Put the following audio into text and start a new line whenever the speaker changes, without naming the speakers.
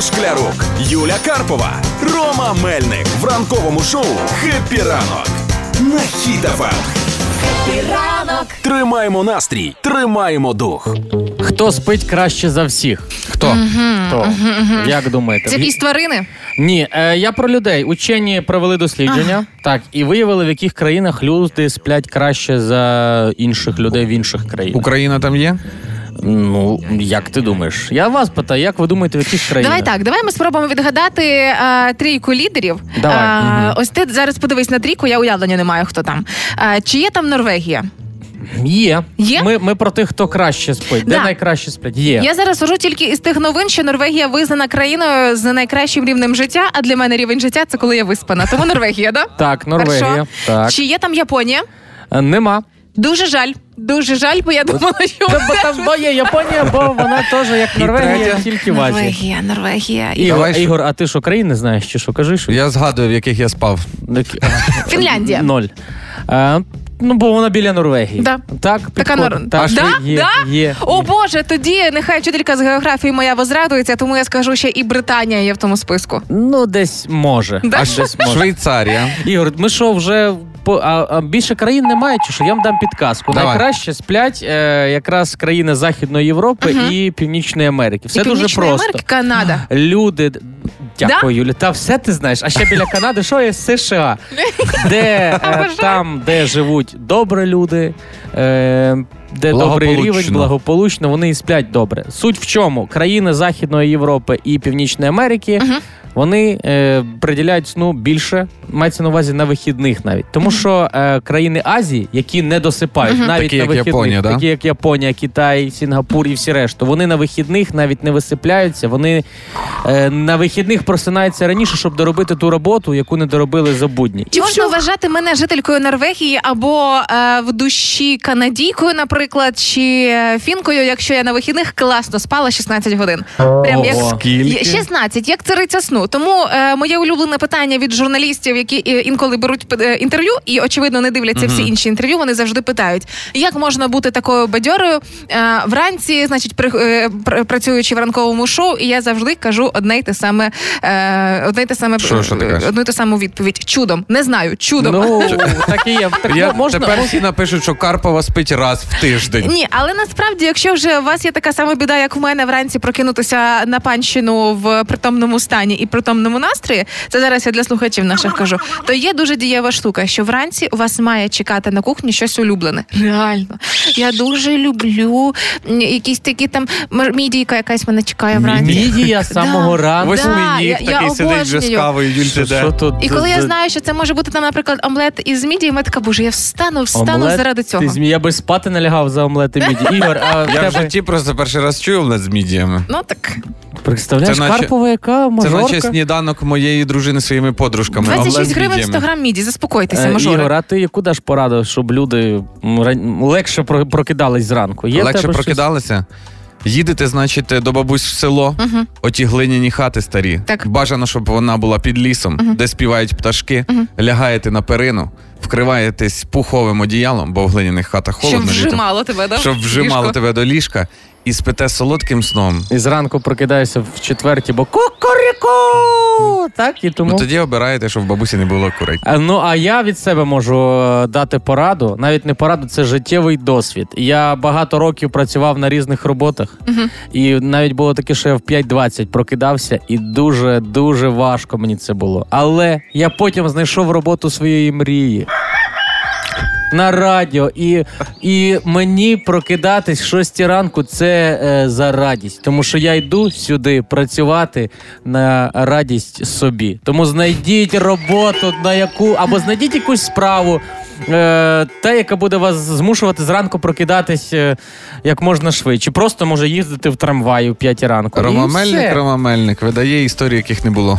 Шклярук, Юля Карпова, Рома Мельник в ранковому шоу «Хеппі ранок» на Хіт-ФМ.
Ранок
Тримаємо настрій, тримаємо дух.
Хто спить краще за всіх?
Хто?
Хто? Як думаєте?
це якісь тварини?
Ні, е, я про людей. Учені провели дослідження. Так, і виявили, в яких країнах люди сплять краще за інших людей в інших країнах.
Україна там є?
Ну, як ти думаєш? Я вас питаю, як ви думаєте, в яких країнах?
Давай так, давай ми спробуємо відгадати е, трійку лідерів.
Давай,
Е, Ось ти зараз подивись на трійку, я уявлення не маю, хто там. Е, чи є там Норвегія?
Є.
Є?
Ми, ми про тих, хто краще спить. Де
Да.
найкраще сплять? Є.
Я зараз сужу тільки із тих новин, що Норвегія визнана країною з найкращим рівнем життя, а для мене рівень життя це коли я виспана. Тому Норвегія, да?
Так, Норвегія.
Хорошо.
Так.
Чи є там Японія?
Е, Нема.
Дуже жаль. Дуже жаль, бо я думала, що
Та, бо там бо є Японія, бо вона теж як Норвегія,
третя.
тільки в Азії.
Норвегія, Норвегія. І...
Ігор,
Давай, що-
Ігор, а ти що, країни знаєш чи що? Кажи, що
Я згадую, в яких я спав.
Так,
Фінляндія.
Ноль. Е, ну, бо вона біля Норвегії.
Да.
Так,
Така
підходить.
норм.
Так,
Да?
є,
Да?
є.
О Боже, тоді нехай вчителька з географії моя возрадується, тому я скажу, що і Британія є в тому списку.
Ну, десь може.
Да?
А десь може.
Швейцарія.
Ігор, ми що вже. По, а, а більше країн немає, чи що? Я вам дам підказку.
Давай.
Найкраще сплять е, якраз країни Західної Європи і Північної Америки. Все
і
дуже
Північна
просто.
Америка, Канада.
Люди. Дякую, Юлі. Та все ти знаєш. А ще біля Канади, що є США, де е, там, де живуть добрі люди, е, де добрий
Благополучно.
рівень, благополучно, вони і сплять добре. Суть в чому? Країни Західної Європи і Північної Америки. Вони е, приділяють сну більше, мається на увазі на вихідних навіть. Тому що е, країни Азії, які не досипають, навіть
Такі,
на
як
вихідних,
Японія, да?
такі як Японія, Китай, Сінгапур і всі решту, вони на вихідних навіть не висипляються. Вони е, на вихідних просинаються раніше, щоб доробити ту роботу, яку не доробили за будні.
Чи можна вважати мене жителькою Норвегії або е, в душі канадійкою, наприклад, чи е, фінкою, якщо я на вихідних класно спала 16 годин? Прям як
скільки?
16, як цариця сну. Тому е, моє улюблене питання від журналістів, які е, інколи беруть е, інтерв'ю і очевидно не дивляться всі інші інтерв'ю. Вони завжди питають, як можна бути такою бадьорою е, вранці, значить, при, е, пр- працюючи в ранковому шоу, і я завжди кажу одне й те саме, е, одне й те саме
Що, що ти кажеш?
одну і ту саму відповідь. Чудом. Не знаю, чудом.
Ну так і є. Так ну,
Я,
можна
тепер всі напишуть, що Карпова спить раз в тиждень.
Ні, але насправді, якщо вже у вас є така сама біда, як в мене вранці прокинутися на панщину в притомному стані і притомному настрої, це зараз я для слухачів наших кажу. То є дуже дієва штука, що вранці у вас має чекати на кухні щось улюблене. Реально, я дуже люблю м, якісь такі там мар- мідійка, якась мене чекає вранці.
мідія з самого
Да.
ранку.
Ось Да,
Восьминіг
я-
такий
я
сидить вже з
обожнюю.
кавою, Юль, ти
Що-
де?
що тут-
І коли я
тут-
знаю, що це може бути там, наприклад, омлет із мідії, ми така, боже, я встану, встану
Омлет?
заради цього.
Ти змі- я би спати налягав за омлети міді. Ігор, а в
Я в
тебе
житті просто перший раз чую в нас з мідіями.
Ну так.
представляєш
Це наче-
Карпова, яка
Це
мажорка?
наче сніданок моєї дружини своїми подружками. а в нас з
26 гривень
мідіями.
100 грам міді, заспокойтеся,
Е,
мажори.
Ігор, а ти яку даш пораду, щоб люди м, ран- легше про- прокидались зранку? в
Легше
тебе щось?
прокидалися. Їдете, значить, до бабусь в село, оті глиняні хати старі.
Так.
Бажано, щоб вона була під лісом, де співають пташки, лягаєте на перину, вкриваєтесь пуховим одіялом, бо в глиняних хатах холодно.
Щоб
літом.
вжимало тебе, да?
щоб вжимало
Ліжко.
тебе до ліжка і спите солодким сном. Ну,
І зранку прокидаєшся в четвертій, бо кукуріку! Так, і тому.
Ну тоді обираєте, щоб в бабусі не було курей.
А, Ну, а я від себе можу е, дати пораду. Навіть не пораду, це життєвий досвід. Я багато років працював на різних роботах, і навіть було таке, що я в 5.20 прокидався, і дуже дуже важко мені це було. Але я потім знайшов роботу своєї мрії. На радіо, і, і мені прокидатись в 6 ранку це е, за радість, тому що я йду сюди працювати на радість собі. Тому знайдіть роботу, на яку або знайдіть якусь справу, е, та яка буде вас змушувати зранку прокидатись е, як можна швидше. Просто може їздити в трамваї в 5 ранку. І
Рома
все.
Мельник, Рома Мельник видає історії, яких не було.